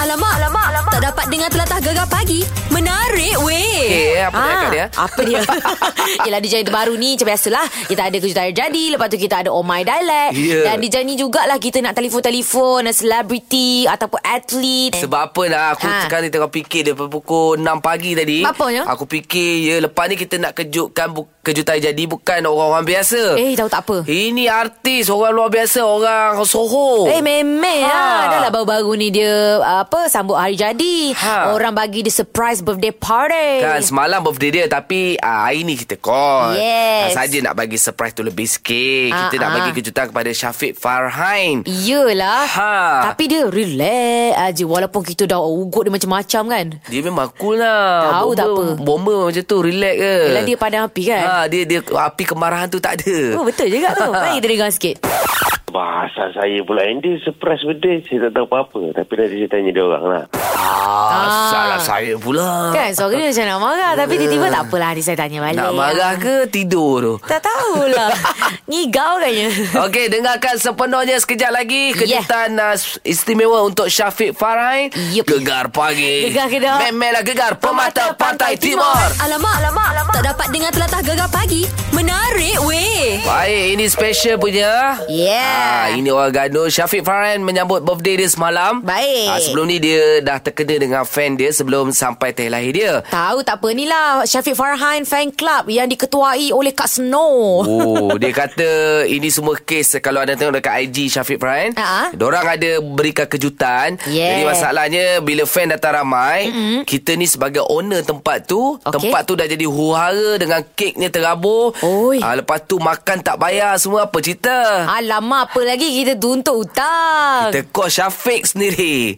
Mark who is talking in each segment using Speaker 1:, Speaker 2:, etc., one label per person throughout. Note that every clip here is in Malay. Speaker 1: alamak, alamak, alamak. Tak dapat dengar telatah gegar pagi. Menarik weh.
Speaker 2: Okey, apa dia akak dia?
Speaker 3: Ah, Apa dia? Yelah DJ baru ni macam biasalah. Kita ada kejutan yang jadi. Lepas tu kita ada Oh My Dialect.
Speaker 2: Ya.
Speaker 3: Dan DJ ni jugalah kita nak telefon-telefon. Selebriti ataupun atlet.
Speaker 2: Sebab apa lah Aku
Speaker 3: Eh. Ha.
Speaker 2: ha. sekarang ni tengah fikir Daripada pukul 6 pagi tadi
Speaker 3: Apanya?
Speaker 2: Aku fikir ya Lepas ni kita nak kejutkan bu- Kejutan yang jadi Bukan orang-orang biasa
Speaker 3: eh tahu tak apa.
Speaker 2: Ini artis Orang luar biasa Orang Soho
Speaker 3: Eh memang
Speaker 2: Ha.
Speaker 3: lah Dah lah baru-baru ni dia uh, Apa Sambut hari jadi
Speaker 2: Ha.
Speaker 3: Orang bagi dia surprise birthday party
Speaker 2: Kan semalam birthday dia Tapi ah, hari ni kita call
Speaker 3: Yes.
Speaker 2: ah, Saja nak bagi surprise tu lebih sikit Kita
Speaker 3: Ah,
Speaker 2: nak
Speaker 3: ah.
Speaker 2: bagi kejutan kepada Syafiq Farhain
Speaker 3: Yelah
Speaker 2: Ha.
Speaker 3: Tapi dia relax aja Walaupun kita dah ugut dia macam-macam kan
Speaker 2: Dia memang cool lah
Speaker 3: Tahu
Speaker 2: bomba,
Speaker 3: tak apa.
Speaker 2: Bomba macam tu Relax ke
Speaker 3: Yelah dia padam api kan
Speaker 4: Ah.
Speaker 2: ha, dia, dia api kemarahan tu tak ada
Speaker 3: Oh betul juga tu Mari kita dengar sikit
Speaker 5: Bahasa saya pula yang dia surprise birthday Saya tak tahu apa-apa Tapi tadi saya tanya dia orang lah
Speaker 2: ah,
Speaker 3: Ah.
Speaker 2: Salah saya pula
Speaker 4: Ah.
Speaker 3: Kan suara dia macam nak marah Tapi tiba-tiba tak apalah Nanti saya tanya balik
Speaker 2: Nak marah ke tidur tu?
Speaker 3: Tak tahulah Ngigau kayaknya
Speaker 2: Okey, dengarkan sepenuhnya sekejap lagi kejutan yeah. uh, istimewa untuk Syafiq Farhai.
Speaker 3: Yup.
Speaker 2: Gegar pagi.
Speaker 3: Gegar ke dah?
Speaker 2: Memelah gegar pemata
Speaker 3: Pemata
Speaker 2: Pantai
Speaker 3: Pantai
Speaker 2: Timur.
Speaker 1: Alamak, alamak, alamak. Tak dapat dengar telatah gegar pagi. Menarik weh.
Speaker 2: Baik, ini special punya.
Speaker 3: Yeah.
Speaker 2: Ah, ini orang gaduh. Syafiq Farhan menyambut birthday dia semalam.
Speaker 3: Baik.
Speaker 2: Ah, sebelum ni dia dah terkena dengan fan dia sebelum sampai teh lahir dia.
Speaker 3: Tahu tak apa ni lah Syafiq Farhan fan club Yang diketuai oleh Kak Snow
Speaker 2: Oh, dia kata ini semua kes kalau anda tengok dekat IG Syafiq Farhan,
Speaker 3: Ah.
Speaker 2: dorang ada berikan kejutan.
Speaker 3: Yeah.
Speaker 2: Jadi masalahnya bila fan datang ramai, mm-hmm. kita ni sebagai owner tempat tu,
Speaker 3: Okey.
Speaker 2: tempat tu dah jadi huru-hara dengan keknya terabur.
Speaker 3: Oi.
Speaker 2: Ah, lepas tu makan tak bayar semua apa cerita?
Speaker 3: Alamak apa lagi Kita tuntut hutang
Speaker 4: kan
Speaker 2: Kita call Syafiq sendiri.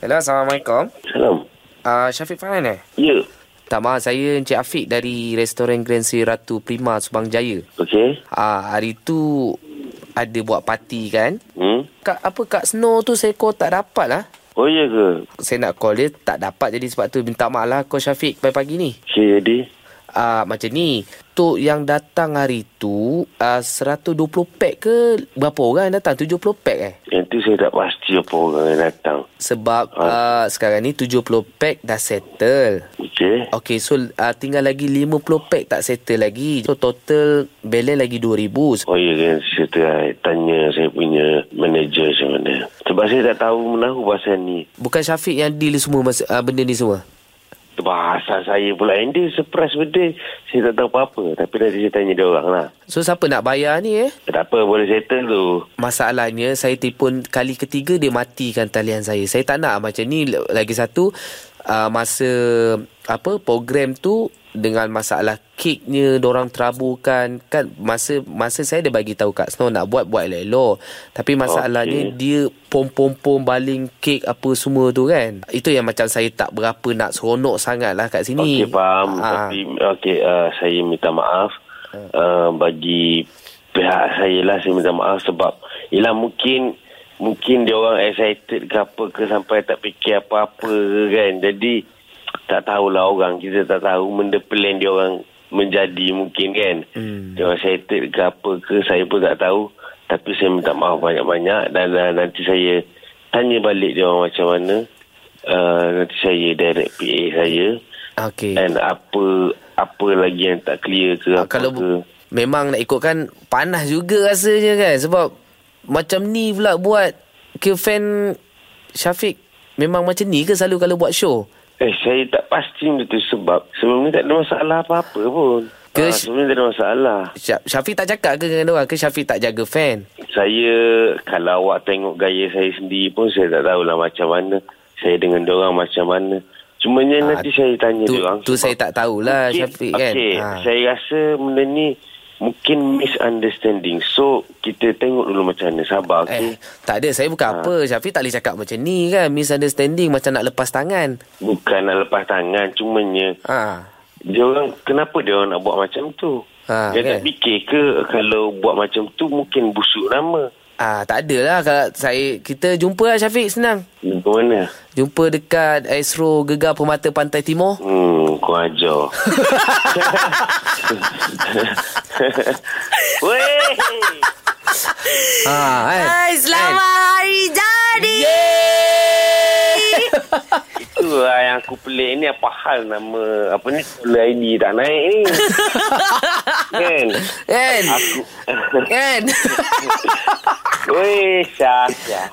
Speaker 4: Hello, Assalamualaikum.
Speaker 5: Salam
Speaker 4: Uh, Syafiq Farhan eh?
Speaker 5: Ya
Speaker 4: Tak maaf, saya Encik Afiq dari restoran Grand Sri Ratu Prima, Subang Jaya.
Speaker 5: Okey
Speaker 4: Ah, hari tu ada buat parti kan?
Speaker 5: hmm?
Speaker 4: Kak, apa Kak Snow tu saya call tak dapat lah.
Speaker 5: Oh ya ke
Speaker 4: Saya nak call dia tak dapat jadi sebab tu minta maaf lah call Syafiq pagi-pagi ni.
Speaker 5: Saya jadi
Speaker 4: Ah, macam ni, Tok yang datang hari tu ah, 120 pack ke berapa orang yang datang? 70 pack eh?
Speaker 5: Yang tu saya tak pasti apa orang yang datang
Speaker 4: Sebab ah, sekarang ni 70 pack dah settle.
Speaker 5: Okey
Speaker 4: Okey, so uh, tinggal lagi 50 pack tak settle lagi. So total balance lagi 2000.
Speaker 5: Oh ya kan Saya try tanya saya punya manager macam mana Sebab saya tak tahu menahu pasal ni
Speaker 4: Bukan Syafiq yang deal semua mas- uh, benda ni semua.
Speaker 5: Bahasa saya pula yang dia surprise birthday Saya tak tahu apa-apa Tapi tadi saya tanya dia orang lah
Speaker 4: So siapa nak bayar ni eh?
Speaker 5: Tak apa boleh settle tu
Speaker 4: Masalahnya saya telefon kali ketiga dia matikan talian saya. Saya tak nak macam ni L- lagi satu uh, masa apa program tu dengan masalah keknya orang teraburkan kan masa masa saya dia bagi tahu Kak Snow nak buat buat elok-elok. Tapi masalahnya
Speaker 5: Okey.
Speaker 4: dia pom-pom-pom baling kek apa semua tu kan. Itu yang macam saya tak berapa nak seronok sangat lah kat sini.
Speaker 5: Okey faham
Speaker 4: Ah.
Speaker 5: tapi okey uh, saya minta maaf uh, bagi pihak saya lah saya minta maaf sebab ialah mungkin mungkin dia orang excited ke apa ke sampai tak fikir apa-apa ke kan. Jadi tak tahulah orang kita tak tahu benda plan dia orang menjadi mungkin kan. Hmm. Dia orang excited ke apa ke saya pun tak tahu tapi saya minta maaf banyak-banyak dan, dan nanti saya tanya balik dia orang macam mana. Uh, nanti saya direct PA saya
Speaker 4: Okey.
Speaker 5: And apa apa lagi yang tak clear ke
Speaker 4: Ah,
Speaker 5: apa
Speaker 4: kalau
Speaker 5: ke.
Speaker 4: bu- memang nak ikutkan panas juga rasanya kan sebab macam ni pula buat ke fan Syafiq memang macam ni ke selalu kalau buat show
Speaker 5: Eh saya tak pasti benda tu sebab sebelum ni tak ada masalah apa-apa pun.
Speaker 4: Ke-
Speaker 5: Ke ha, sebelum ni tak ada masalah.
Speaker 4: Sya- Syafiq tak cakap ke dengan orang ke Syafiq tak jaga fan
Speaker 5: Saya kalau awak tengok gaya saya sendiri pun saya tak tahulah macam mana. Saya dengan diorang macam mana. Cuma ha,
Speaker 4: Ah,
Speaker 5: nanti saya tanya
Speaker 4: tu-
Speaker 5: diorang.
Speaker 4: tu
Speaker 5: sebab
Speaker 4: saya tak tahulah,
Speaker 5: mungkin-
Speaker 4: Syafiq, kan?
Speaker 5: Okey,
Speaker 4: Ah.
Speaker 5: saya rasa benda ni mungkin misunderstanding. So kita tengok dulu macam mana. Sabar
Speaker 4: eh
Speaker 5: okey. Ah.
Speaker 4: tak ada saya bukan apa Syafiq tak boleh cakap macam ni kan misunderstanding macam nak lepas tangan
Speaker 5: Bukan nak lepas tangan cumanya
Speaker 4: ha
Speaker 5: dia orang kenapa dia orang nak buat macam tu?
Speaker 4: Ha,
Speaker 5: Ha, dia tak
Speaker 4: kan?
Speaker 5: fikir ke kalau buat macam tu mungkin busuk nama.
Speaker 4: ah tak adalah kalau saya kita jumpa lah Syafiq senang
Speaker 5: Ke mana?
Speaker 4: jumpa dekat Astro Gegar Permata Pantai Timur
Speaker 5: Hmm, kau ajar. Weh!
Speaker 6: Ha,
Speaker 4: Ah,
Speaker 6: kan?
Speaker 3: Hai, selamat hari
Speaker 4: Kan?
Speaker 3: jadi.
Speaker 5: Itu lah yang aku pelik ni Apa hal nama Apa ni Caller ID tak naik ni Kan
Speaker 4: Kan?
Speaker 5: Aku
Speaker 4: Kan?
Speaker 5: Weh Syah Syah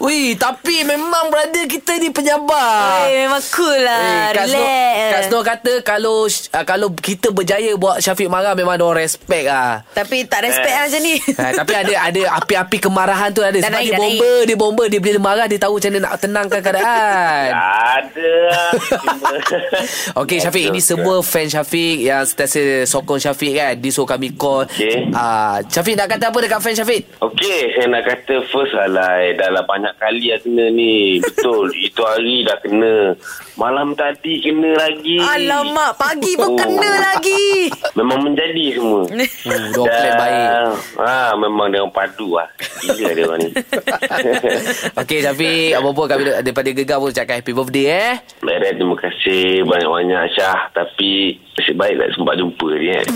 Speaker 4: Wih, tapi memang brother kita ni penyabar.
Speaker 3: Eh, memang cool lah.
Speaker 4: Ah. Eh, Kak Snor, Kak
Speaker 3: Relax.
Speaker 4: Snor kata kalau uh, kalau kita berjaya buat Syafiq marah memang orang respect lah.
Speaker 3: Tapi tak respect lah macam ni.
Speaker 4: Ha, tapi ada ada api-api kemarahan tu ada
Speaker 3: Dah
Speaker 4: sebab
Speaker 3: naik,
Speaker 4: dia
Speaker 3: dah
Speaker 4: bomba, dia bomba, dia bila dia marah dia tahu macam mana nak tenangkan keadaan.
Speaker 5: Ada lah. Cuma
Speaker 4: Okey Syafiq ini semua fan Syafiq yang sentiasa sokong Syafiq kan. Dia suruh kami call.
Speaker 5: Okey.
Speaker 4: Ah, Syafiq nak kata apa dekat fan Syafiq?
Speaker 5: Okey, saya nak kata first alai dah lah banyak kali dah kena ni. Betul, itu hari dah kena. Malam tadi kena lagi.
Speaker 3: Alamak, pagi pun kena lagi.
Speaker 5: Memang menjadi semua.
Speaker 4: Oh, dua plan baik.
Speaker 5: Ha, memang dia orang padu lah. Gila dia orang ni.
Speaker 4: Okey Syafiq, apa-apa kami daripada Gegar pun cakap happy birthday eh.
Speaker 5: Baik, Red, terima kasih banyak-banyak Syah. Tapi nasib baik tak sempat jumpa ni kan.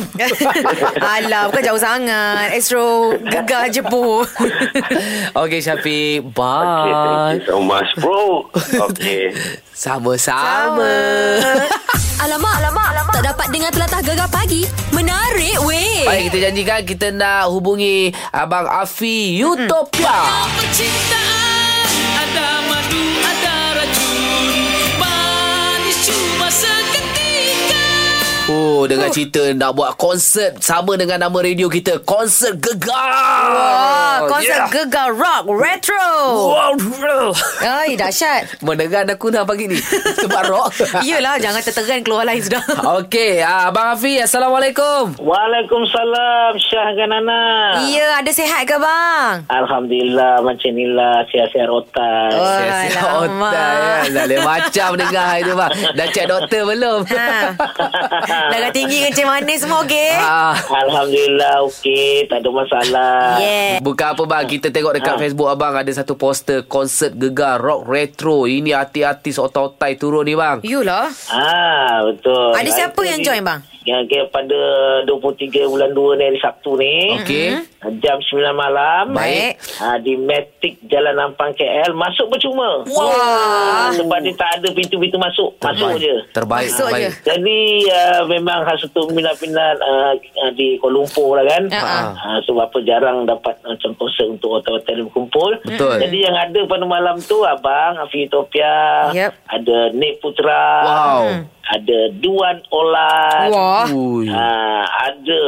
Speaker 3: Alah, bukan jauh sangat. Astro gegar je pun.
Speaker 4: Okey Syafiq, Ah.
Speaker 5: Okay, thank
Speaker 4: bye.
Speaker 5: you so much, bro. Okay.
Speaker 4: Sama-sama.
Speaker 7: Alamak, alamak, alamak. Tak dapat dengar telatah gegar pagi. Menarik weh.
Speaker 4: Baik, kita janjikan kita nak hubungi Abang Afi Utopia.
Speaker 8: percintaan Ada madu, ada racun Manis cuma seketika
Speaker 4: Oh, dengar cerita nak buat konsert sama dengan nama radio kita, Konsert Gegar.
Speaker 3: Wah, konsert Ah, gegar rock retro.
Speaker 4: Wow.
Speaker 3: Ai, dahsyat.
Speaker 4: Mendengar aku dah pagi ni Sebab rock
Speaker 3: Iyalah, jangan terteran keluar lain sudah.
Speaker 4: Okey ah, Abang Afi Assalamualaikum
Speaker 9: Waalaikumsalam Syah dengan Nana.
Speaker 3: Ya, ada sihat ke bang?
Speaker 9: Alhamdulillah macam inilah sihat-sihat
Speaker 3: Oh.
Speaker 9: otak.
Speaker 4: Siap-siap
Speaker 3: alamak.
Speaker 4: otak ya. Lain macam dengar hari tu bang Dah cek doktor belum?
Speaker 3: Ha. Darah tinggi kencing manis semua okey?
Speaker 4: ah.
Speaker 9: Alhamdulillah okey, tak ada masalah.
Speaker 3: Yeah.
Speaker 4: Bukan apa bang Kita tengok
Speaker 9: Ah.
Speaker 4: dekat Facebook abang Ada satu poster Konsert gegar Rock retro Ini artis-artis otak-otai turun ni bang
Speaker 3: Yulah.
Speaker 9: Ah, betul.
Speaker 3: Ada siapa
Speaker 9: Hari
Speaker 3: yang
Speaker 9: ni-
Speaker 3: join, bang?
Speaker 9: Yang okay, pada 23 bulan 2 ni hari Sabtu ni. Mm-hmm.
Speaker 4: Okey
Speaker 9: Jam 9 malam.
Speaker 3: Baik.
Speaker 9: Ah, di Matic Jalan Ampang KL masuk percuma.
Speaker 3: Wah.
Speaker 9: Sebab dia tak ada pintu-pintu masuk. Masuk je.
Speaker 4: Terbaik
Speaker 3: Masuk
Speaker 4: terbaik.
Speaker 3: je.
Speaker 9: Jadi uh, memang Hasutu minat-minat uh, uh, di Kuala Lumpur lah kan.
Speaker 3: Ha-ha.
Speaker 9: Uh, sebab apa jarang dapat macam konsert untuk otak-otak yang berkumpul.
Speaker 4: Betul.
Speaker 9: Jadi yang ada pada malam tu Abang, Afi Utopia,
Speaker 3: Yep.
Speaker 9: ada Nek Putra, Hmm.
Speaker 4: Wow.
Speaker 9: ada Duan Olan,
Speaker 3: Wah.
Speaker 4: Ui.
Speaker 9: uh, ada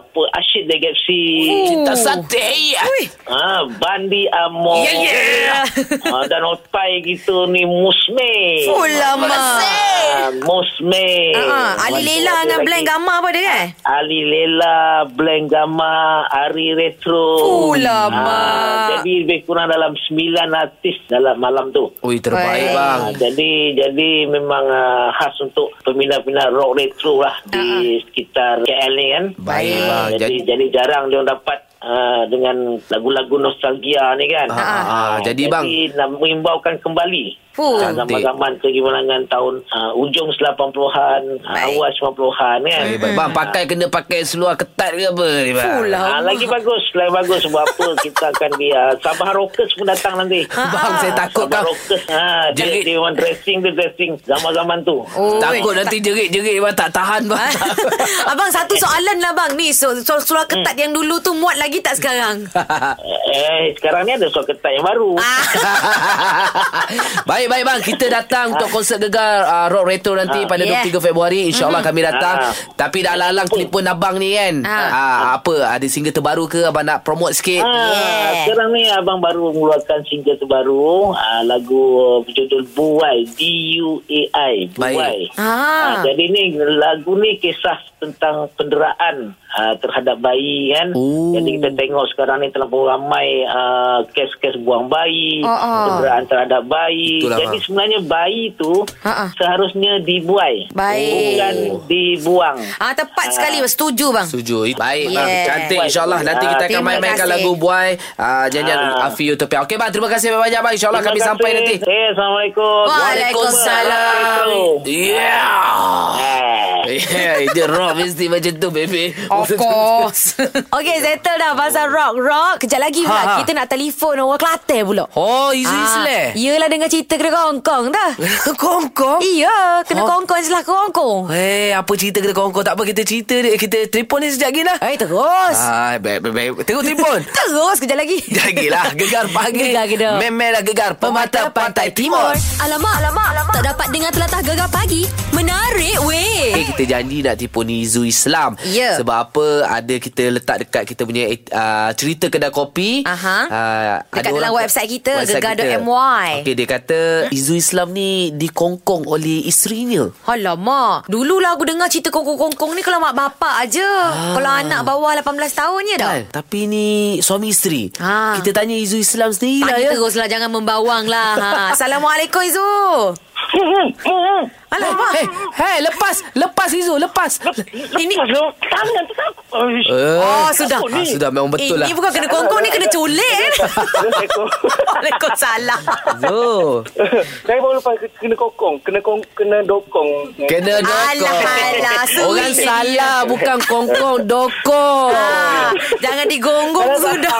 Speaker 9: apa Ashid Legacy,
Speaker 4: Cinta sate Ya,
Speaker 9: uh, Bandi Amor, yeah, yeah. Uh, dan otai kita ni Musme.
Speaker 3: Oh, lama.
Speaker 9: Ah, Musme.
Speaker 10: Eh,
Speaker 3: Ha, Ali Lela dengan Blank Gamar apa dia kan?
Speaker 9: Ali Lela, Blank Gama, Ari Retro.
Speaker 3: Oh, lama.
Speaker 9: Ah, jadi lebih kurang dalam 9 artis dalam malam tu.
Speaker 4: Ui terbaik
Speaker 3: Baik.
Speaker 4: bang
Speaker 9: Ah, jadi jadi memang ah, khas untuk peminat-peminat rock retro lah di sekitar KL ni kan.
Speaker 4: Baik,
Speaker 9: Ah,
Speaker 4: bang.
Speaker 9: jadi,
Speaker 4: Jadi-
Speaker 9: jadi jarang dia orang dapat ah, dengan lagu-lagu nostalgia ni kan.
Speaker 4: Ah, ah, ah. Jadi, bang.
Speaker 9: nak mengimbaukan kembali
Speaker 3: Oh.
Speaker 9: ah, zaman-zaman kegimanangan tahun ah, ujung 80-an, ah, awal 90-an kan.
Speaker 4: Eh, baik, Bang pakai kena pakai seluar ketat ke apa ni bang?
Speaker 3: Fulah.
Speaker 9: Ah,
Speaker 4: Oh.
Speaker 9: lagi bagus, lagi bagus sebab apa kita akan dia ah, Sabah Rockers pun datang nanti.
Speaker 4: Ah, Bang saya takut
Speaker 9: Sabah
Speaker 4: kau
Speaker 9: Rockers. Ha, dia,
Speaker 4: Jerit.
Speaker 9: dia memang dressing dia dressing zaman-zaman tu.
Speaker 3: Oh,
Speaker 4: Takut
Speaker 3: eh,
Speaker 4: nanti jerit-jerit bang tak tahan bang.
Speaker 3: Ah. Abang satu soalan lah bang Ni so, so, surah
Speaker 10: Hmm.
Speaker 3: ketat yang dulu tu Muat lagi tak sekarang Ah,
Speaker 9: Eh, sekarang ni ada suara ketat yang
Speaker 4: Ah,
Speaker 9: baru.
Speaker 4: baik baik bang kita datang untuk konsert gegar uh, rock retro nanti pada
Speaker 3: Yeah.
Speaker 4: 23 Februari insyaallah kami datang.
Speaker 9: Ah.
Speaker 4: Tapi dah lalang telefon abang ni kan.
Speaker 3: Ah.
Speaker 4: Ah, apa ada single terbaru ke abang nak promote sikit? lah.
Speaker 9: Ah, Sekarang ni abang baru mengeluarkan single terbaru ah, lagu uh, berjudul Buai
Speaker 4: Baik.
Speaker 9: B-U-A-I Buai
Speaker 3: Ah.
Speaker 9: Ah, jadi ni lagu ni kisah tentang penderaan ah, terhadap bayi kan
Speaker 4: Oh.
Speaker 9: jadi kita tengok sekarang ni terlalu ramai ah, kes-kes buang bayi
Speaker 3: Oh, oh.
Speaker 9: penderaan terhadap bayi
Speaker 4: Itulah,
Speaker 9: jadi
Speaker 4: bang.
Speaker 9: sebenarnya bayi tu
Speaker 3: Ah, ah.
Speaker 9: seharusnya dibuai
Speaker 3: Baik.
Speaker 9: bukan
Speaker 4: Oh.
Speaker 9: dibuang
Speaker 3: Ah tepat sekali Setuju bang
Speaker 4: Setuju. Baik bang.
Speaker 3: Yeah.
Speaker 4: Cantik insyaAllah. Nanti kita akan
Speaker 3: Terima
Speaker 4: main-mainkan
Speaker 3: kasih.
Speaker 4: lagu Buai. Uh, Janjian
Speaker 9: Ah.
Speaker 4: Afi Utopia. Okey bang. Terima kasih banyak bang. InsyaAllah kami
Speaker 9: Terima
Speaker 4: sampai
Speaker 9: kasih.
Speaker 4: nanti.
Speaker 9: Eh, Assalamualaikum
Speaker 4: Waalaikumsalam. Yeah.
Speaker 9: Ah.
Speaker 4: Yeah, dia rock mesti macam tu baby.
Speaker 3: Oh,
Speaker 10: Of course.
Speaker 3: Okay, settle dah pasal rock-rock. Kejap lagi pula
Speaker 10: Oh. Ha, ha.
Speaker 3: ha. kita nak telefon orang Kelantan pula.
Speaker 10: oh, Izz
Speaker 3: Ah,
Speaker 10: Islam.
Speaker 3: Yelah dengar cerita kena kongkong dah.
Speaker 10: Kongkong.
Speaker 3: Iya,
Speaker 10: Ha?
Speaker 3: kena kongkong setelah kongkong.
Speaker 10: Eh, apa cerita kena kongkong? Tak apa, kita cerita dia. Kita telefon dia sekejap lagi lah.
Speaker 3: Eh, terus.
Speaker 10: Ah, baik, baik, baik. Tengok telefon.
Speaker 3: Terus kejap lagi.
Speaker 4: lah.
Speaker 10: Jagilah, gegar pagi.
Speaker 3: Gegar kita.
Speaker 10: Memerah gegar pemata pantai timur.
Speaker 11: Alamak, alamak, alamak. Tak dapat dengar telatah gegar pagi. Menarik
Speaker 4: Eh,
Speaker 11: weh.
Speaker 4: kita janji nak tipu ni Izu Islam
Speaker 3: Ya.
Speaker 4: Sebab apa Ada kita letak dekat Kita punya uh, Cerita kedai kopi
Speaker 3: Aha.
Speaker 4: Ah,
Speaker 3: Dekat
Speaker 4: ada
Speaker 3: dalam
Speaker 4: orang-
Speaker 3: website kita,
Speaker 4: website kita.
Speaker 3: gegar.my.
Speaker 4: Okey dia kata
Speaker 3: Hmm?
Speaker 4: Izu Islam ni Dikongkong oleh isterinya
Speaker 3: Alamak Dululah aku dengar cerita kongkong-kongkong ni Kalau mak bapak aje ah. Kalau anak bawah 18 tahun je dah
Speaker 4: Kan? Tapi ni Suami isteri
Speaker 3: Ha.
Speaker 4: Kita tanya Izu Islam sendiri lah
Speaker 3: Tanya
Speaker 4: ya
Speaker 3: teruslah Jangan membawang lah ha. Assalamualaikum Izu Alamak
Speaker 10: Eh, hey, lepas, lepas Izu, lepas.
Speaker 3: Ini
Speaker 9: Tangan tu tak.
Speaker 3: Oh sudah
Speaker 4: Ah, sudah memang
Speaker 3: eh,
Speaker 4: betul lah
Speaker 3: Ini bukan kena kongkong Ni kena culik eh. Waalaikumsalam
Speaker 4: Zo
Speaker 9: Saya baru lepas kena kokong. Kena kong, kena dokong.
Speaker 4: Kena dokong
Speaker 3: Alah alah Suri
Speaker 4: Orang salah Bukan kongkong Dokong
Speaker 3: Ah, Jangan digonggong sudah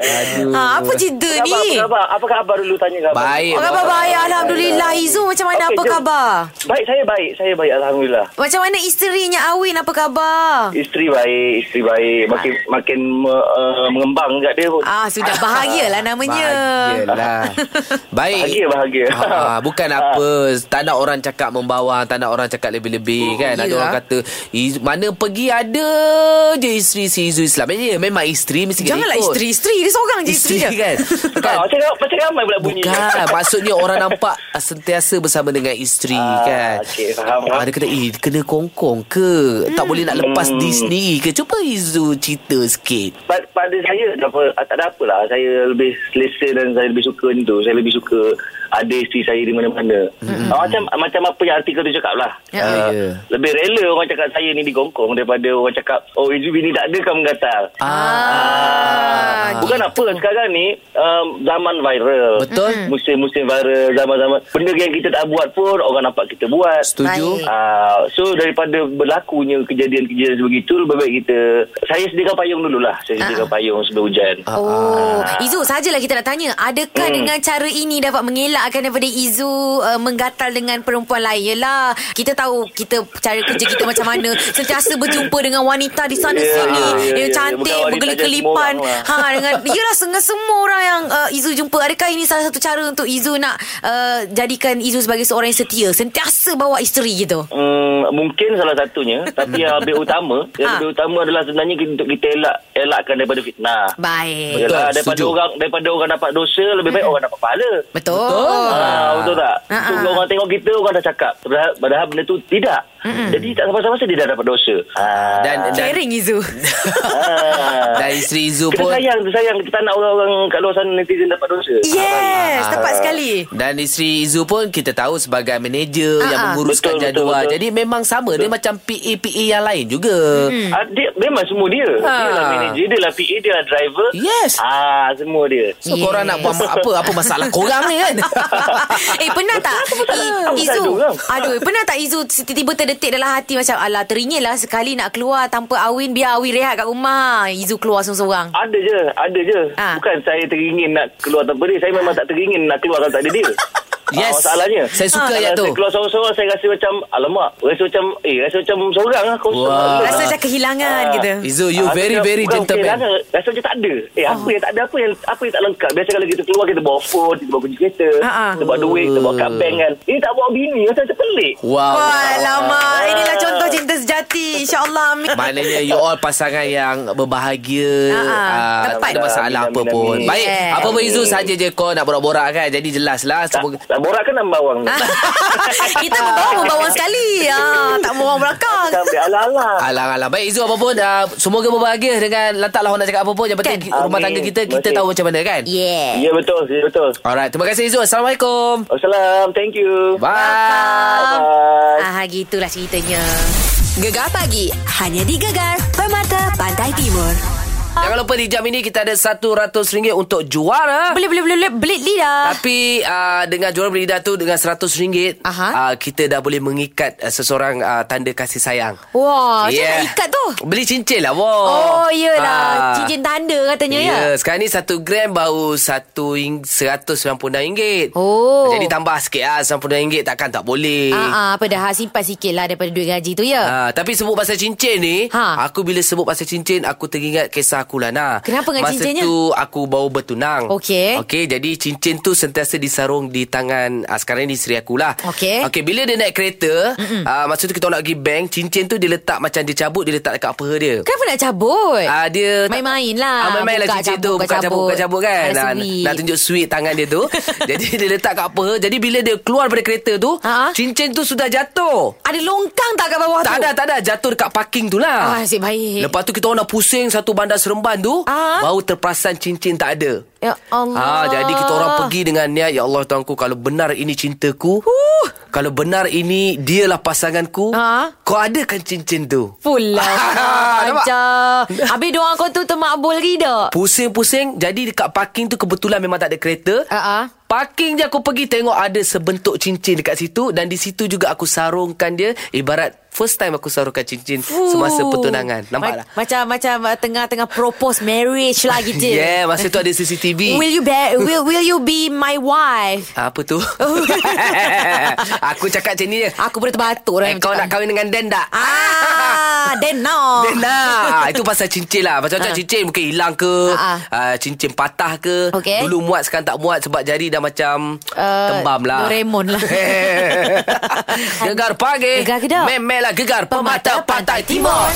Speaker 4: Aduh
Speaker 3: ha, Apa cerita ni
Speaker 9: kan. Apa khabar? Apa khabar dulu tanya khabar?
Speaker 4: Baik
Speaker 3: Apa khabar baik Alhamdulillah Izu macam mana
Speaker 9: Okey,
Speaker 3: apa
Speaker 9: jom.
Speaker 3: khabar
Speaker 9: Baik, saya baik. Saya baik, Alhamdulillah.
Speaker 3: Macam mana isterinya Awin apa khabar
Speaker 9: Isteri baik, isteri baik. Makin makin me, uh, mengembang kat dia pun.
Speaker 3: Ah sudah bahagialah namanya.
Speaker 4: Bahagialah Baik
Speaker 9: Bahagia, bahagia.
Speaker 4: Ha, bukan apa Tak nak orang cakap membawang Tak nak orang cakap lebih-lebih kan Ada
Speaker 3: ya.
Speaker 4: orang kata "Iz- Mana pergi ada je isteri si Izu Islam Eh, ya, Memang isteri mesti kena
Speaker 3: Janganlah
Speaker 4: ikut.
Speaker 3: isteri-isteri dia seorang je isteri
Speaker 4: Isteri
Speaker 3: dia.
Speaker 4: kan Bukan
Speaker 9: Ah, macam, macam ramai pula bunyi.
Speaker 4: Bukan Maksudnya orang nampak Sentiasa bersama dengan isteri
Speaker 9: Ah,
Speaker 4: kan
Speaker 9: okey, faham,
Speaker 4: Ah,
Speaker 9: faham.
Speaker 4: Dia kata Eh kena kongkong ke Tak boleh nak lepas hmm. diri sendiri ke Cuba Izu cerita sikit
Speaker 9: Pa- pada saya tak apa ah, tak ada apalah saya lebih selesa dan saya lebih suka ni tu saya lebih suka ada isteri saya di mana-mana mm-hmm. macam macam apa yang artikel tu cakap lah
Speaker 3: Ya.
Speaker 9: Ah,
Speaker 4: Ya.
Speaker 9: lebih rela orang cakap saya ni digongkong daripada orang cakap oh izu bini tak ada kamu gatal
Speaker 3: Ah.
Speaker 9: Bukan apa sekarang ni um, zaman viral.
Speaker 4: Betul.
Speaker 3: Hmm.
Speaker 4: Mhm.
Speaker 9: Musim-musim viral zaman-zaman benda yang kita tak buat pun orang nampak kita buat.
Speaker 4: Setuju
Speaker 3: Baik.
Speaker 9: Uh, so daripada berlakunya kejadian-kejadian sebegitu lebih baik kita saya
Speaker 5: kan
Speaker 9: sediakan payung dululah. Saya sediakan
Speaker 3: Ah.
Speaker 9: payung sebelum hujan. Ah,
Speaker 3: Oh, Izu sajalah kita nak tanya, adakah hmm. dengan cara ini dapat mengelakkan daripada Izu uh, menggatal dengan perempuan lain? Yalah, kita tahu kita cara kerja kita macam mana, sentiasa berjumpa dengan wanita di sana yeah,
Speaker 9: Ya,
Speaker 3: sini,
Speaker 9: ya,
Speaker 3: yeah,
Speaker 9: ya, ya.
Speaker 3: cantik,
Speaker 9: Bukan wanita
Speaker 3: berkelip-kelipan.
Speaker 9: je, semua orang lah.
Speaker 3: Ha dengan yalah dengan semua orang yang uh, Izu jumpa, adakah ini salah satu cara untuk Izu nak uh, jadikan Izu sebagai seorang yang setia, sentiasa bawa isteri gitu?
Speaker 9: Hmm, mungkin salah satunya tapi yang lebih utama yang
Speaker 3: Ah.
Speaker 9: lebih utama adalah sebenarnya kita- untuk kita elak elakkan daripada fitnah.
Speaker 3: Baik.
Speaker 9: Yalah,
Speaker 4: Betul,
Speaker 9: daripada
Speaker 4: setuju.
Speaker 9: orang daripada orang dapat dosa lebih baik orang dapat pahala.
Speaker 3: Betul.
Speaker 9: Ah, betul tak?
Speaker 3: Ah,
Speaker 9: So,
Speaker 3: ah.
Speaker 9: kalau orang tengok kita orang dah cakap. Padahal, padahal benda tu tidak. Jadi tak sampai-sampai dia dah dapat dosa. Ah.
Speaker 4: Dan dan,
Speaker 3: Caring Izu.
Speaker 9: ah.
Speaker 4: dan isteri Izu
Speaker 9: Kita
Speaker 4: pun
Speaker 9: sayang, kita sayang. Kita tak nak orang-orang kat luar sana netizen dapat dosa.
Speaker 3: Yes, tepat sekali.
Speaker 4: Dan isteri Izu pun kita tahu sebagai manager
Speaker 3: Ah,
Speaker 4: yang
Speaker 3: ah.
Speaker 4: menguruskan
Speaker 9: Betul, betul,
Speaker 4: jadual.
Speaker 9: betul.
Speaker 4: Jadi memang sama dia macam PA-PA yang lain juga.
Speaker 9: Hmm. Ah, dia, memang semua dia. Ha. Dia lah manager, dia lah PA, dia lah driver.
Speaker 4: Ah. Yes.
Speaker 9: Ah, semua dia.
Speaker 4: So yeah. korang nak buat apa apa masalah korang ni kan?
Speaker 3: eh pernah tak I, Izu
Speaker 9: Ada orang.
Speaker 3: Aduh pernah tak Izu Tiba-tiba terdetik dalam hati Macam alah teringin lah Sekali nak keluar Tanpa Awin Biar Awin rehat kat rumah Izu keluar seorang-seorang
Speaker 9: Ada je, ada je.
Speaker 3: Ah.
Speaker 9: Bukan saya teringin nak keluar tanpa dia. Saya memang tak teringin nak keluar kalau tak ada dia.
Speaker 4: Yes.
Speaker 9: Ah, masalahnya.
Speaker 4: Saya suka ayat
Speaker 9: Kalau
Speaker 4: tu.
Speaker 9: Saya keluar seorang-seorang, saya rasa macam, alamak. Rasa macam, eh, rasa macam seorang lah. Kau
Speaker 4: Wah.
Speaker 9: seorang.
Speaker 3: Rasa macam kehilangan
Speaker 9: Ah.
Speaker 3: kita
Speaker 4: Izu you
Speaker 9: Ah,
Speaker 4: very
Speaker 9: macam-
Speaker 4: very
Speaker 9: bukan
Speaker 4: gentleman.
Speaker 9: okey, Rasa, rasa macam tak ada. Eh,
Speaker 3: Oh.
Speaker 9: apa yang tak ada, apa yang apa yang tak lengkap. Biasa kalau kita keluar, kita bawa phone, kita bawa kunci kereta,
Speaker 3: Ah, ah.
Speaker 9: kita bawa duit, kita bawa kat bank kan. Ini tak bawa bini, rasa macam pelik.
Speaker 4: Wow.
Speaker 3: Alamak Inilah contoh cinta sejati InsyaAllah amin
Speaker 4: Maknanya you all pasangan yang berbahagia
Speaker 3: Ah, ah.
Speaker 4: ah,
Speaker 3: Tepat.
Speaker 4: Tak ada masalah
Speaker 9: Amin,
Speaker 4: apa
Speaker 9: amin,
Speaker 4: pun
Speaker 9: amin.
Speaker 4: Baik
Speaker 3: Yes.
Speaker 4: Apa pun Izu saja je kau nak borak-borak kan Jadi jelas lah
Speaker 9: Tak,
Speaker 4: Semoga
Speaker 9: tak borak kan nama bawang
Speaker 3: Ah.
Speaker 9: ni.
Speaker 3: Kita membawa Membawang sekali ha, Tak membawang belakang
Speaker 9: Kita ambil ala-ala.
Speaker 4: Ah. Alang-alang Baik Izu apa pun uh, Semoga berbahagia dengan Lantaklah orang nak cakap apa pun Yang penting
Speaker 3: Kan?
Speaker 4: rumah
Speaker 9: Amin.
Speaker 4: tangga kita Kita
Speaker 9: Terima
Speaker 4: tahu macam mana kan
Speaker 3: Yeah
Speaker 9: Ya betul, ya betul.
Speaker 4: Alright Terima kasih Izu Assalamualaikum
Speaker 9: Assalam, thank you.
Speaker 4: Bye.
Speaker 9: Bye.
Speaker 3: Ah, gitulah ceritanya
Speaker 11: Gegar pagi. Hanya di Gegar. Permata Pantai Timur.
Speaker 4: Jangan lupa di jam ini kita ada RM100 untuk juara.
Speaker 3: Boleh, boleh, boleh, boleh. Belit lidah.
Speaker 4: Tapi uh, dengan juara berlidah tu dengan RM100
Speaker 3: Aha.
Speaker 4: uh, kita dah boleh mengikat uh, seseorang uh, tanda kasih sayang.
Speaker 3: Wah,
Speaker 4: Ya.
Speaker 3: Ah, macam nak ikat tu?
Speaker 4: Beli cincin lah, wow.
Speaker 3: Oh,
Speaker 4: Ah.
Speaker 3: yelah. Cincin tanda katanya
Speaker 4: Ya,
Speaker 3: ya.
Speaker 4: yeah, sekarang ni satu gram baru satu ing- RM196.
Speaker 3: Oh.
Speaker 4: Jadi tambah sikit lah RM196 takkan tak boleh.
Speaker 3: Ah, ah, padahal simpan sikit lah daripada duit gaji tu ya.
Speaker 4: Ah, tapi sebut pasal cincin ni
Speaker 3: Ha.
Speaker 4: Aku bila sebut pasal cincin Aku teringat kisah aku Lana
Speaker 3: Kenapa dengan
Speaker 4: Masa
Speaker 3: cincinnya?
Speaker 4: tu aku baru bertunang
Speaker 3: Okey.
Speaker 4: Okey jadi cincin tu sentiasa disarung di tangan ah, Sekarang ni isteri akulah
Speaker 3: Okey.
Speaker 4: Okey bila dia naik kereta ah, Masa tu kita nak pergi bank Cincin tu dia letak macam dia cabut Dia letak dekat paha dia
Speaker 3: Kenapa Kan nak cabut?
Speaker 4: Ah dia tak-
Speaker 3: Eh, Main-main lah.
Speaker 4: Ah main-main lah
Speaker 3: Buka,
Speaker 4: cincin
Speaker 3: cabut,
Speaker 4: tu
Speaker 3: buka,
Speaker 4: bukan cabut bukan
Speaker 3: cabut.
Speaker 4: cabut kan.
Speaker 3: Ada
Speaker 4: Ah,
Speaker 3: sweet.
Speaker 4: nak tunjuk sweet tangan dia tu. Jadi dia letak kat apa. Jadi bila dia keluar daripada kereta tu,
Speaker 3: Ha?
Speaker 4: cincin tu sudah jatuh.
Speaker 3: Ada longkang tak kat bawah tu?
Speaker 4: Tak ada tak ada jatuh dekat parking tu lah.
Speaker 3: Ah, nasib baik.
Speaker 4: Lepas tu kita orang dah pusing satu bandar seremban tu,
Speaker 3: Ah.
Speaker 4: baru terperasan cincin tak ada.
Speaker 3: Ya Allah.
Speaker 4: Ah, jadi kita orang pergi dengan niat Ya Allah Tuhanku Kalau benar ini cintaku huh. Kalau benar ini Dialah pasanganku
Speaker 3: Ah.
Speaker 4: Kau adakan cincin tu
Speaker 3: Pula lah.
Speaker 4: Nampak?
Speaker 3: Ajar Habis doa kau tu termakbul ke tidak?
Speaker 4: Pusing-pusing Jadi dekat parking tu Kebetulan memang tak ada kereta
Speaker 3: Ah, ah.
Speaker 4: Parking je aku pergi Tengok ada sebentuk cincin dekat situ Dan di situ juga aku sarungkan dia Ibarat first time aku sarungkan cincin Semasa
Speaker 3: Fuh.
Speaker 4: pertunangan Nampak
Speaker 3: Ma-
Speaker 4: tak?
Speaker 3: Macam macam uh, tengah-tengah propose marriage lah gitu.
Speaker 4: Yeah, Ya, masa tu ada CCTV
Speaker 3: Will you be will will you be my wife?
Speaker 4: Ah, Apa tu? aku cakap macam ni je
Speaker 3: Oh. Aku boleh terbatuk
Speaker 4: Eh,
Speaker 3: orang
Speaker 4: kau
Speaker 3: cakap.
Speaker 4: nak kahwin dengan Dan tak?
Speaker 3: Ah, then now.
Speaker 4: Then lah Itu pasal cincin lah Macam-macam
Speaker 3: Ah.
Speaker 4: cincin Mungkin hilang ke
Speaker 3: Ah, ah.
Speaker 4: ah, Cincin patah ke
Speaker 3: Okey.
Speaker 4: Dulu muat sekarang tak muat Sebab jari dah macam
Speaker 3: Uh,
Speaker 4: Tembam lah
Speaker 3: Doraemon lah.
Speaker 4: Gegar pagi
Speaker 3: Gegar Kedah.
Speaker 4: Memelah gegar Pemata Pantai Timur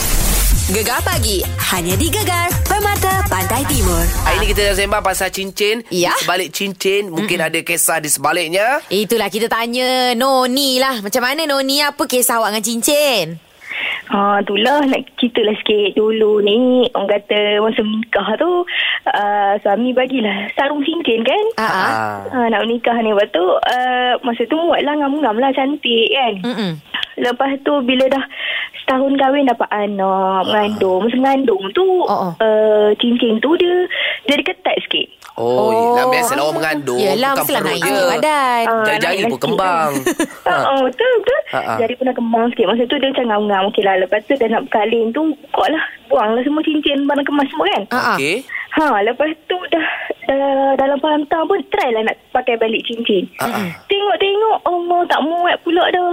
Speaker 1: Gegar pagi hanya di Gegar Permata Pantai Timur.
Speaker 4: Hari ni kita sembang pasal cincin
Speaker 3: Ya.
Speaker 4: Di sebalik cincin Mungkin ada kisah di sebaliknya
Speaker 3: Itulah kita tanya Noni lah. Macam mana Noni apa kisah awak dengan cincin?
Speaker 12: Ha, itulah nak cerita lah sikit dulu ni orang kata masa menikah tu uh, suami bagilah sarung cincin kan
Speaker 3: Ah, ah.
Speaker 12: Ha, nak nikah ni Lepas tu uh, Masa tu muat lah Ngam-ngam lah Cantik kan
Speaker 3: Mm-mm.
Speaker 12: Lepas tu Bila dah Setahun kahwin Dapat anak Mengandung Masa mengandung tu
Speaker 3: Oh, oh.
Speaker 12: uh, Cincin tu dia Jadi ketat sikit
Speaker 4: Oh, oh. Lah, biasalah orang mengandung
Speaker 3: Yelah,
Speaker 4: Bukan
Speaker 3: mestilah
Speaker 4: perut
Speaker 3: naik
Speaker 4: dia
Speaker 3: angin badan.
Speaker 12: Ah,
Speaker 4: Jari-jari
Speaker 12: naik
Speaker 4: pun
Speaker 12: nasi.
Speaker 4: kembang
Speaker 12: Ha,
Speaker 4: Ha.
Speaker 12: oh, betul betul.
Speaker 4: Ha, ha.
Speaker 12: Jadi pernah kembang sikit. Masa tu dia macam ngam-ngam okey lah. Lepas tu dah nak berkalin tu buka lah. Buang lah semua cincin barang kemas semua kan.
Speaker 3: Ah, ah.
Speaker 4: Okey
Speaker 12: Ha, lepas tu dah, dah dalam pantang pun try lah nak pakai balik cincin.
Speaker 4: Ha-ha.
Speaker 12: Tengok-tengok Allah tak muat pula dah.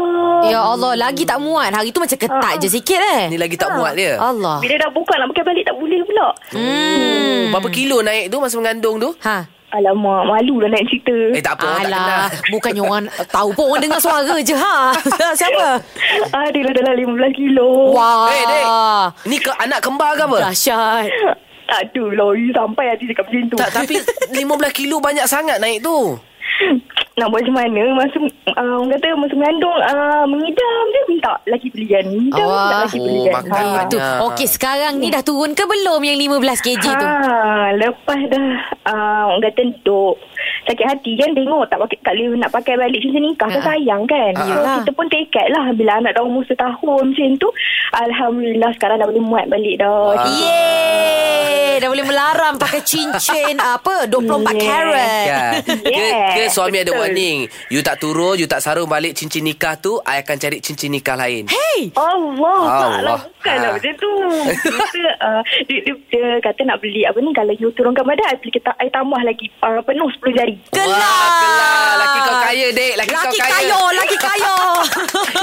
Speaker 3: Ya Allah, lagi tak muat. Hari tu macam ketat je sikit
Speaker 4: Ni lah.
Speaker 3: eh.
Speaker 4: lagi tak muat dia
Speaker 3: Allah.
Speaker 12: Bila dah buka nak pakai balik tak boleh pula.
Speaker 4: Hmm. Berapa kilo naik tu masa mengandung tu?
Speaker 3: Ha.
Speaker 12: Alamak, malu lah nak cerita.
Speaker 4: Eh tak apa, orang tak kenal.
Speaker 3: Alah, bukannya orang tahu pun orang dengar suara je ha. Siapa?
Speaker 12: Adalah dalam 15 kilo.
Speaker 3: Wah.
Speaker 4: Eh, dek. Ni ke anak kembar ke apa?
Speaker 3: Dahsyat.
Speaker 12: Aduh, lori sampai hati cakap macam tu.
Speaker 4: Tak, tapi 15 kilo banyak sangat naik tu.
Speaker 12: nak buat macam mana masa uh, orang kata masa mengandung uh, mengidam je minta laki beli kan mengidam
Speaker 3: Awak.
Speaker 12: minta laki beli kan
Speaker 4: Oh, makan
Speaker 12: Ha.
Speaker 3: Itu.
Speaker 4: Ah.
Speaker 3: Okey, sekarang ni dah turun ke belum yang 15 kg tu?
Speaker 12: Ha, lepas dah uh, orang kata duk sakit hati kan tengok tak pakai tak boleh nak pakai balik cincin nikah kan
Speaker 3: Ha.
Speaker 12: sayang kan
Speaker 4: Ah.
Speaker 12: so
Speaker 3: Yalah.
Speaker 12: kita pun take care lah bila anak dah umur setahun macam tu Alhamdulillah sekarang dah boleh muat balik dah
Speaker 1: Ah.
Speaker 4: Ah.
Speaker 3: Yeay, dah boleh melaram pakai cincin apa 24
Speaker 12: Yeah.
Speaker 3: karat.
Speaker 4: Ya. Ke,
Speaker 12: Yeah,
Speaker 4: ke suami ada
Speaker 12: betul.
Speaker 4: warning. You tak turun, you tak sarung balik cincin nikah tu, I akan cari cincin nikah lain.
Speaker 12: Allah,
Speaker 4: Allah.
Speaker 12: Allah.
Speaker 4: Ha.
Speaker 12: bukanlah ha. macam tu. Kita, uh, dia, dia, dia, kata nak beli apa ni, kalau you turunkan badan, I, beli kita, I tambah lagi uh, penuh 10 jari.
Speaker 3: Kelar.
Speaker 4: kelar. Laki kau kaya, dek. Laki,
Speaker 3: Laki
Speaker 4: kau kaya.
Speaker 3: kaya, laki kaya.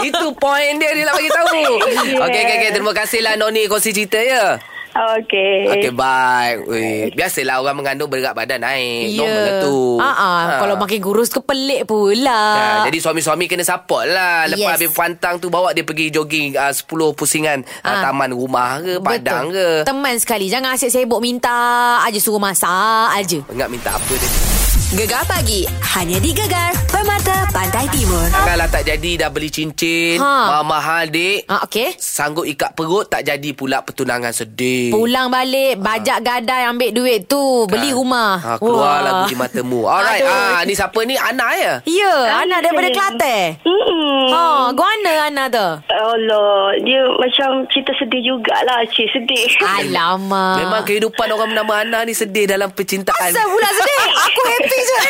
Speaker 4: Itu point dia dia nak bagi tahu.
Speaker 12: Yeah.
Speaker 4: Okey, okey, okay. terima kasihlah Noni kongsi cerita ya.
Speaker 12: Okay.
Speaker 4: Okey, bye. Ui, biasalah orang mengandung berat badan naik. Normal lah tu.
Speaker 3: Ah, ah,
Speaker 4: Ha.
Speaker 3: kalau makin kurus ke pelik pula.
Speaker 4: Ha, jadi suami-suami kena support lah. Lepas yes.
Speaker 3: Ah. Yes.
Speaker 4: habis pantang tu bawa dia pergi jogging uh, 10 pusingan uh,
Speaker 3: Ah.
Speaker 4: taman rumah ke padang
Speaker 3: Betul.
Speaker 4: ke.
Speaker 3: Teman sekali Jangan asyik sibuk minta Aja suruh masak Aja
Speaker 4: Ingat minta apa dia.
Speaker 1: Gegar pagi hanya di Gegar Permata. Permata Pantai Timur.
Speaker 4: Kalau lah, tak jadi dah beli cincin
Speaker 3: Ha.
Speaker 4: ha. Mahal dik
Speaker 3: Ah, okey.
Speaker 4: Sanggup ikat perut Tak jadi pula pertunangan sedih
Speaker 3: Pulang
Speaker 4: Ah.
Speaker 3: balik Bajak gadai ambil duit tu Beli rumah
Speaker 4: ha,
Speaker 3: Wah.
Speaker 4: Keluar lagu di matamu Alright
Speaker 3: Aduh.
Speaker 4: ha, Ni siapa ni? Ana ya?
Speaker 3: Ya Ana daripada Kelantan
Speaker 12: Hmm.
Speaker 3: Ha, guana Ana tu
Speaker 12: Allah, dia macam cerita sedih jugalah, cik sedih.
Speaker 3: Ah, Alamak
Speaker 4: Memang kehidupan orang bernama Ana ni sedih dalam percintaan
Speaker 3: Asal pula sedih Aku happy je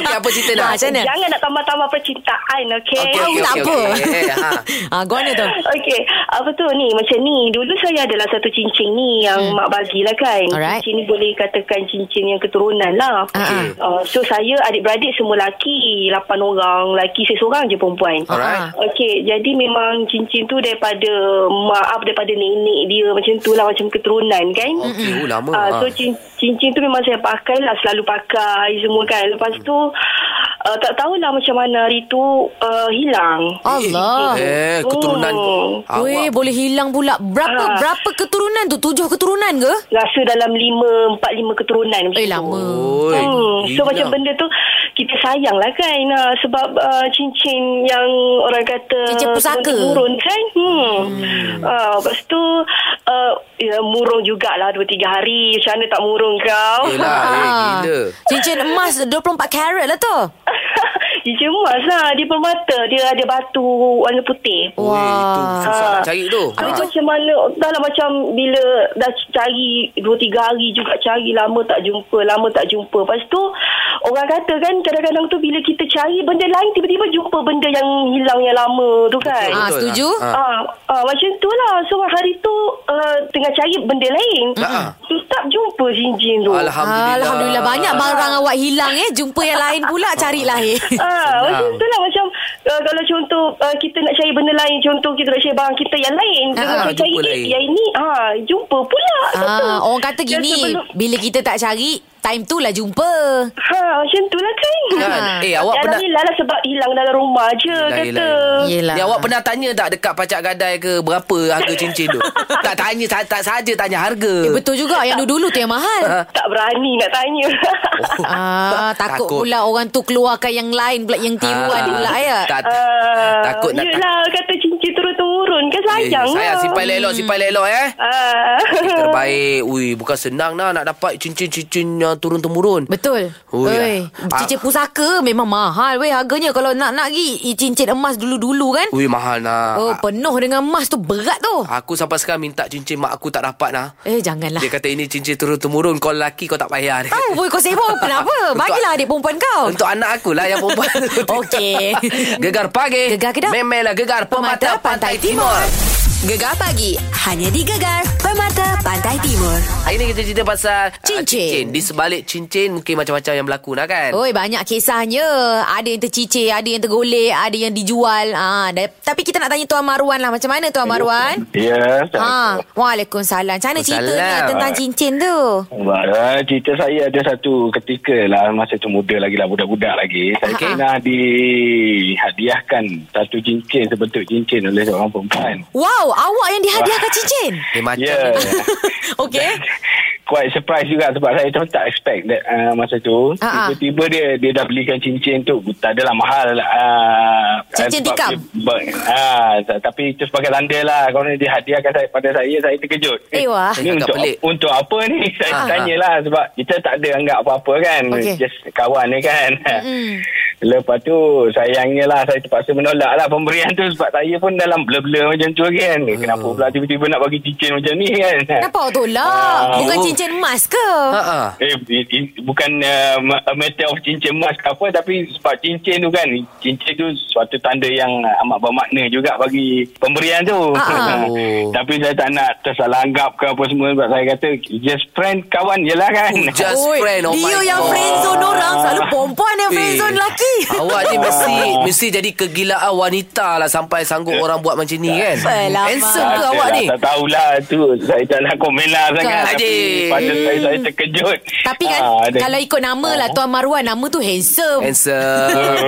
Speaker 4: Okey, apa cerita nak?
Speaker 3: Ha, Macam mana
Speaker 12: Jangan nak tambah-tambah percintaan, okey?
Speaker 4: Okey,
Speaker 3: Tahu
Speaker 4: okey,
Speaker 3: tak
Speaker 4: okey,
Speaker 3: apa
Speaker 4: okey. Ha.
Speaker 3: ha, Guana tu
Speaker 12: Okey, apa tu ni? Macam ni, dulu saya adalah satu cincin ni yang hmm. mak bagilah kan.
Speaker 3: Alright.
Speaker 12: Cincin ni boleh katakan cincin yang keturunan lah.
Speaker 3: Ah,
Speaker 12: Uh, so, saya adik-beradik semua laki. Lapan orang. Laki saya seorang je perempuan.
Speaker 3: Ah,
Speaker 4: Alright.
Speaker 12: Okey, jadi memang cincin tu daripada maaf daripada nenek dia macam tu lah macam keturunan kan.
Speaker 4: Okey, oh, lama.
Speaker 12: Ah, so
Speaker 4: Ah.
Speaker 12: cin- cincin tu memang saya pakai lah selalu pakai semua kan. Lepas
Speaker 4: Hmm.
Speaker 12: tu uh, tak tahulah macam mana hari tu uh, hilang.
Speaker 3: Allah
Speaker 4: Eh, keturunan
Speaker 12: Oh.
Speaker 3: Weh,
Speaker 4: awak.
Speaker 3: boleh hilang pula Berapa
Speaker 12: Ah.
Speaker 3: berapa keturunan tu? Tujuh keturunan ke?
Speaker 12: Rasa dalam lima, empat, lima keturunan macam
Speaker 3: Eh,
Speaker 12: tu.
Speaker 3: lama
Speaker 4: Oi,
Speaker 12: Hmm. So
Speaker 4: gila.
Speaker 12: macam benda tu kita sayang lah kan ah, sebab uh, cincin yang orang kata
Speaker 3: Cincin pusaka.
Speaker 12: turun kan. Hmm. hmm. Uh, lepas tu uh, ya, murung jugalah 2-3 hari. Macam mana tak murung kau?
Speaker 4: Yelah, eh, gila.
Speaker 3: Ah. Cincin emas 24 karat lah tu
Speaker 12: cincin emas lah. Dia permata. Dia ada batu warna putih.
Speaker 4: Weh, Oh, itu susah nak
Speaker 12: Ah.
Speaker 4: cari tu.
Speaker 12: Habis tu macam mana Dah lah macam Bila dah cari Dua tiga hari juga Cari lama tak jumpa Lama tak jumpa Lepas tu Orang kata kan Kadang-kadang tu Bila kita cari Benda lain Tiba-tiba jumpa Benda yang hilang Yang lama tu kan
Speaker 3: Ah,
Speaker 4: Betul,
Speaker 3: setuju?
Speaker 4: ah.
Speaker 12: Ah, ah, macam tu lah So hari tu uh, Tengah cari benda lain
Speaker 4: Ah.
Speaker 12: Tetap jumpa cincin tu
Speaker 4: Alhamdulillah.
Speaker 3: Alhamdulillah Banyak barang awak hilang eh Jumpa yang lain pula Cari lain
Speaker 12: Ah, macam tu lah macam uh, kalau contoh uh, kita nak cari benda lain contoh kita nak cari barang kita yang lain
Speaker 3: Ah,
Speaker 12: kalau kita cari
Speaker 4: jumpa
Speaker 12: eh,
Speaker 4: lain.
Speaker 12: yang ini ah jumpa pula gitu.
Speaker 3: Ah, orang kata
Speaker 12: Dan
Speaker 3: gini,
Speaker 12: sebelum-
Speaker 3: bila kita tak cari, time tu lah jumpa.
Speaker 12: ha macam tu lah kan
Speaker 4: Kan? Eh, awak
Speaker 12: Dalam
Speaker 4: pernah-
Speaker 12: hilang lah sebab hilang dalam rumah je
Speaker 4: Yelah,
Speaker 12: kata
Speaker 4: yelah,
Speaker 3: Yelah.
Speaker 4: Ni awak pernah tanya tak dekat pacak gadai ke berapa harga cincin tu? tak tanya, tak, tak saja tanya harga.
Speaker 3: Eh, betul juga yang dulu-dulu tu yang mahal.
Speaker 12: Ya. tak berani nak tanya
Speaker 4: Oh.
Speaker 3: Ah, takut,
Speaker 4: Takut.
Speaker 3: pula orang tu keluarkan yang lain pula yang tiruan
Speaker 4: Ah,
Speaker 3: pula ya.
Speaker 4: Tak,
Speaker 12: Ah,
Speaker 4: Takut nak-
Speaker 12: yelah kata cincin turun-turun kan sayang
Speaker 4: saya
Speaker 12: lah.
Speaker 4: simpan elok,
Speaker 3: Hmm.
Speaker 4: simpan elok eh.
Speaker 12: Ah.
Speaker 4: Terbaik. Ui, bukan senang lah nak dapat cincin-cincin yang turun-temurun.
Speaker 3: Betul.
Speaker 4: Ui,
Speaker 3: Oi,
Speaker 4: ah.
Speaker 3: cincin pusaka memang mahal weh harganya kalau nak nak gi i- cincin emas dulu-dulu kan.
Speaker 4: Ui, ah. mahal nak. Ah,
Speaker 3: Oh, penuh dengan emas tu berat tu.
Speaker 4: Aku sampai sekarang minta cincin mak aku tak dapat lah.
Speaker 3: Eh, janganlah.
Speaker 4: Dia kata ini cincin turun-temurun. Kau lelaki kau tak payah. Dia
Speaker 3: Tahu
Speaker 4: kata.
Speaker 3: boy Ah, kau sibuk kenapa?
Speaker 4: Untuk-
Speaker 3: Bagilah adik perempuan kau.
Speaker 4: Untuk anak aku lah yang perempuan tu.
Speaker 3: Oh. Okey.
Speaker 4: Gegar pagi.
Speaker 3: Gegar Kedah.
Speaker 4: Memelah gegar pemata, pantai, timur.
Speaker 1: Gegar pagi hanya di Gegar Permata Pantai Timur.
Speaker 4: Hari ni kita cerita pasal ah,
Speaker 3: Cincin.
Speaker 4: cincin. Di sebalik cincin mungkin macam-macam yang berlaku lah kan.
Speaker 3: Oi banyak kisahnya. Ada yang tercicir, ada yang tergolek, ada yang dijual. Ah, da- tapi kita nak tanya Tuan Marwan lah. Macam mana Tuan Marwan?
Speaker 13: Ya,
Speaker 3: Ha, Waalaikumsalam. Macam mana cerita ni
Speaker 4: Waalaikumsalam.
Speaker 3: tentang cincin tu?
Speaker 13: Wah, ah, cerita saya ada satu ketika lah masa tu muda lagi lah budak-budak lagi saya
Speaker 3: Ha-ha.
Speaker 13: pernah dihadiahkan satu cincin sebentuk cincin oleh seorang perempuan.
Speaker 3: Wow, awak yang dihadiahkan cincin.
Speaker 4: Eh, macam ni.
Speaker 13: Ya. Yeah.
Speaker 3: Okey.
Speaker 13: Quite surprise juga sebab saya tu tak expect that, uh, masa tu
Speaker 3: Ha-ha.
Speaker 13: tiba-tiba dia dia dah belikan cincin tu tak adalah mahal uh,
Speaker 3: Cincin tikam?
Speaker 13: uh, tapi itu sebagai tanda lah kalau dia hadiahkan saya, pada saya saya terkejut
Speaker 3: Eh, wah.
Speaker 4: Agak
Speaker 13: ni untuk
Speaker 4: pelik. Ah.
Speaker 13: untuk apa ni saya
Speaker 4: Ha-ha.
Speaker 13: tanyalah sebab kita tak ada anggap apa-apa kan
Speaker 3: Ah. Okey.
Speaker 13: just kawan ni kan
Speaker 3: Hmm.
Speaker 13: Lepas tu sayangnya lah saya terpaksa menolak lah pemberian tu sebab saya pun dalam blur-blur macam tu lagi kan. Kenapa pula tiba-tiba nak bagi cincin macam ni kan.
Speaker 3: Ah. Kenapa awak tolak?
Speaker 13: Ah,
Speaker 3: Bukan
Speaker 4: oh.
Speaker 3: cincin emas ke?
Speaker 4: Ha ah.
Speaker 13: Eh, i- i- bukan uh, ma- a matter of cincin emas ke apa tapi sebab cincin tu kan cincin tu suatu tanda yang amat bermakna juga bagi pemberian tu
Speaker 3: Ah.
Speaker 4: Oh.
Speaker 13: tapi saya tak nak tersalah anggap ke apa semua sebab saya kata just friend kawan je lah kan
Speaker 4: Just
Speaker 3: Oi,
Speaker 4: friend. Oh
Speaker 3: dia
Speaker 4: my
Speaker 3: yang
Speaker 4: God.
Speaker 3: friendzone orang Selalu perempuan yang
Speaker 4: Eh,
Speaker 3: friendzone lelaki
Speaker 4: Awak ni mesti mesti jadi kegilaan wanita lah sampai sanggup orang buat macam ni kan.
Speaker 3: Alamak.
Speaker 4: Handsome ke
Speaker 13: Tak
Speaker 4: awak
Speaker 13: adalah,
Speaker 4: ni?
Speaker 13: Tak tahulah tu Saya tak nak komen lah sangat
Speaker 4: Adik.
Speaker 13: Tapi
Speaker 4: okey.
Speaker 13: Pada saya, saya terkejut.
Speaker 3: Tapi kan
Speaker 13: Ah,
Speaker 3: ha,
Speaker 13: ada- Ah.
Speaker 3: kalau ikut nama lah Tuan Marwan nama tu handsome.
Speaker 4: Handsome.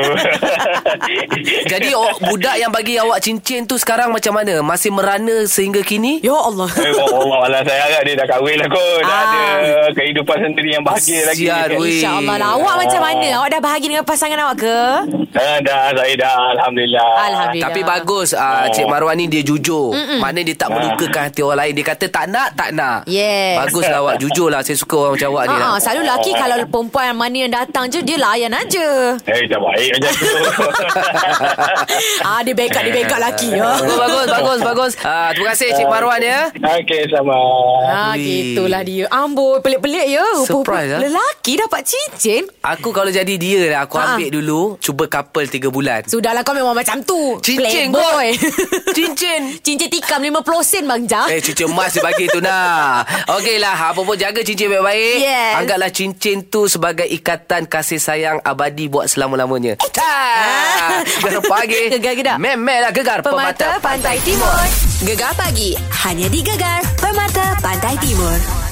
Speaker 4: Jadi awak- budak yang bagi awak cincin tu sekarang macam mana? Masih merana sehingga kini?
Speaker 3: Ya Allah.
Speaker 13: Eh, Allah Allah saya harap dia dah kahwin lah kot. Dah
Speaker 3: Ah.
Speaker 13: ada kehidupan sendiri yang bahagia lagi.
Speaker 4: Kesian, weh.
Speaker 3: InsyaAllah lah. Awak macam mana? Awak dah bahagia dengan pasangan awak ke?
Speaker 13: Ah, dah, saya dah. Alhamdulillah.
Speaker 3: Alhamdulillah.
Speaker 4: Tapi bagus uh, Cik Marwan ni dia jujur Mm-mm. Maknanya dia tak melukakan hati orang lain Dia kata tak nak, tak nak
Speaker 3: Yes.
Speaker 4: Baguslah awak jujur lah Saya suka orang macam awak ni lah
Speaker 3: Ha, selalu lelaki kalau perempuan yang mana yang datang je, dia layan aja.
Speaker 13: Eh, tak baik macam tu.
Speaker 3: ah, dia backup, dia backup lelaki. Ha.
Speaker 4: Bagus, bagus, bagus, bagus uh, Terima kasih Cik Marwan ya
Speaker 13: Okey, sama.
Speaker 3: Ah,
Speaker 4: Ui.
Speaker 3: gitulah dia. Amboi, pelik-pelik ya.
Speaker 4: Surprise, ah.
Speaker 3: Lelaki dapat cincin.
Speaker 4: Aku kalau jadi dia lah Aku
Speaker 3: Ha.
Speaker 4: ambil dulu Cuba couple 3 bulan
Speaker 3: Sudahlah kau memang macam tu.
Speaker 4: Cincin
Speaker 3: Playboy.
Speaker 4: kot. Cincin
Speaker 3: cincin tikam 50 sen bang Jah.
Speaker 4: Eh cincin emas dia bagi tu nak Okey lah Apa pun jaga cincin baik-baik
Speaker 3: Yes.
Speaker 4: Anggaplah cincin tu sebagai ikatan kasih sayang abadi buat selama-lamanya Ah, Gegar pagi
Speaker 3: Gegar gedak.
Speaker 4: Memelah gegar pemata
Speaker 3: Pantai Timur. Gegar pagi. Hanya di Gegar Permata Pantai Timur.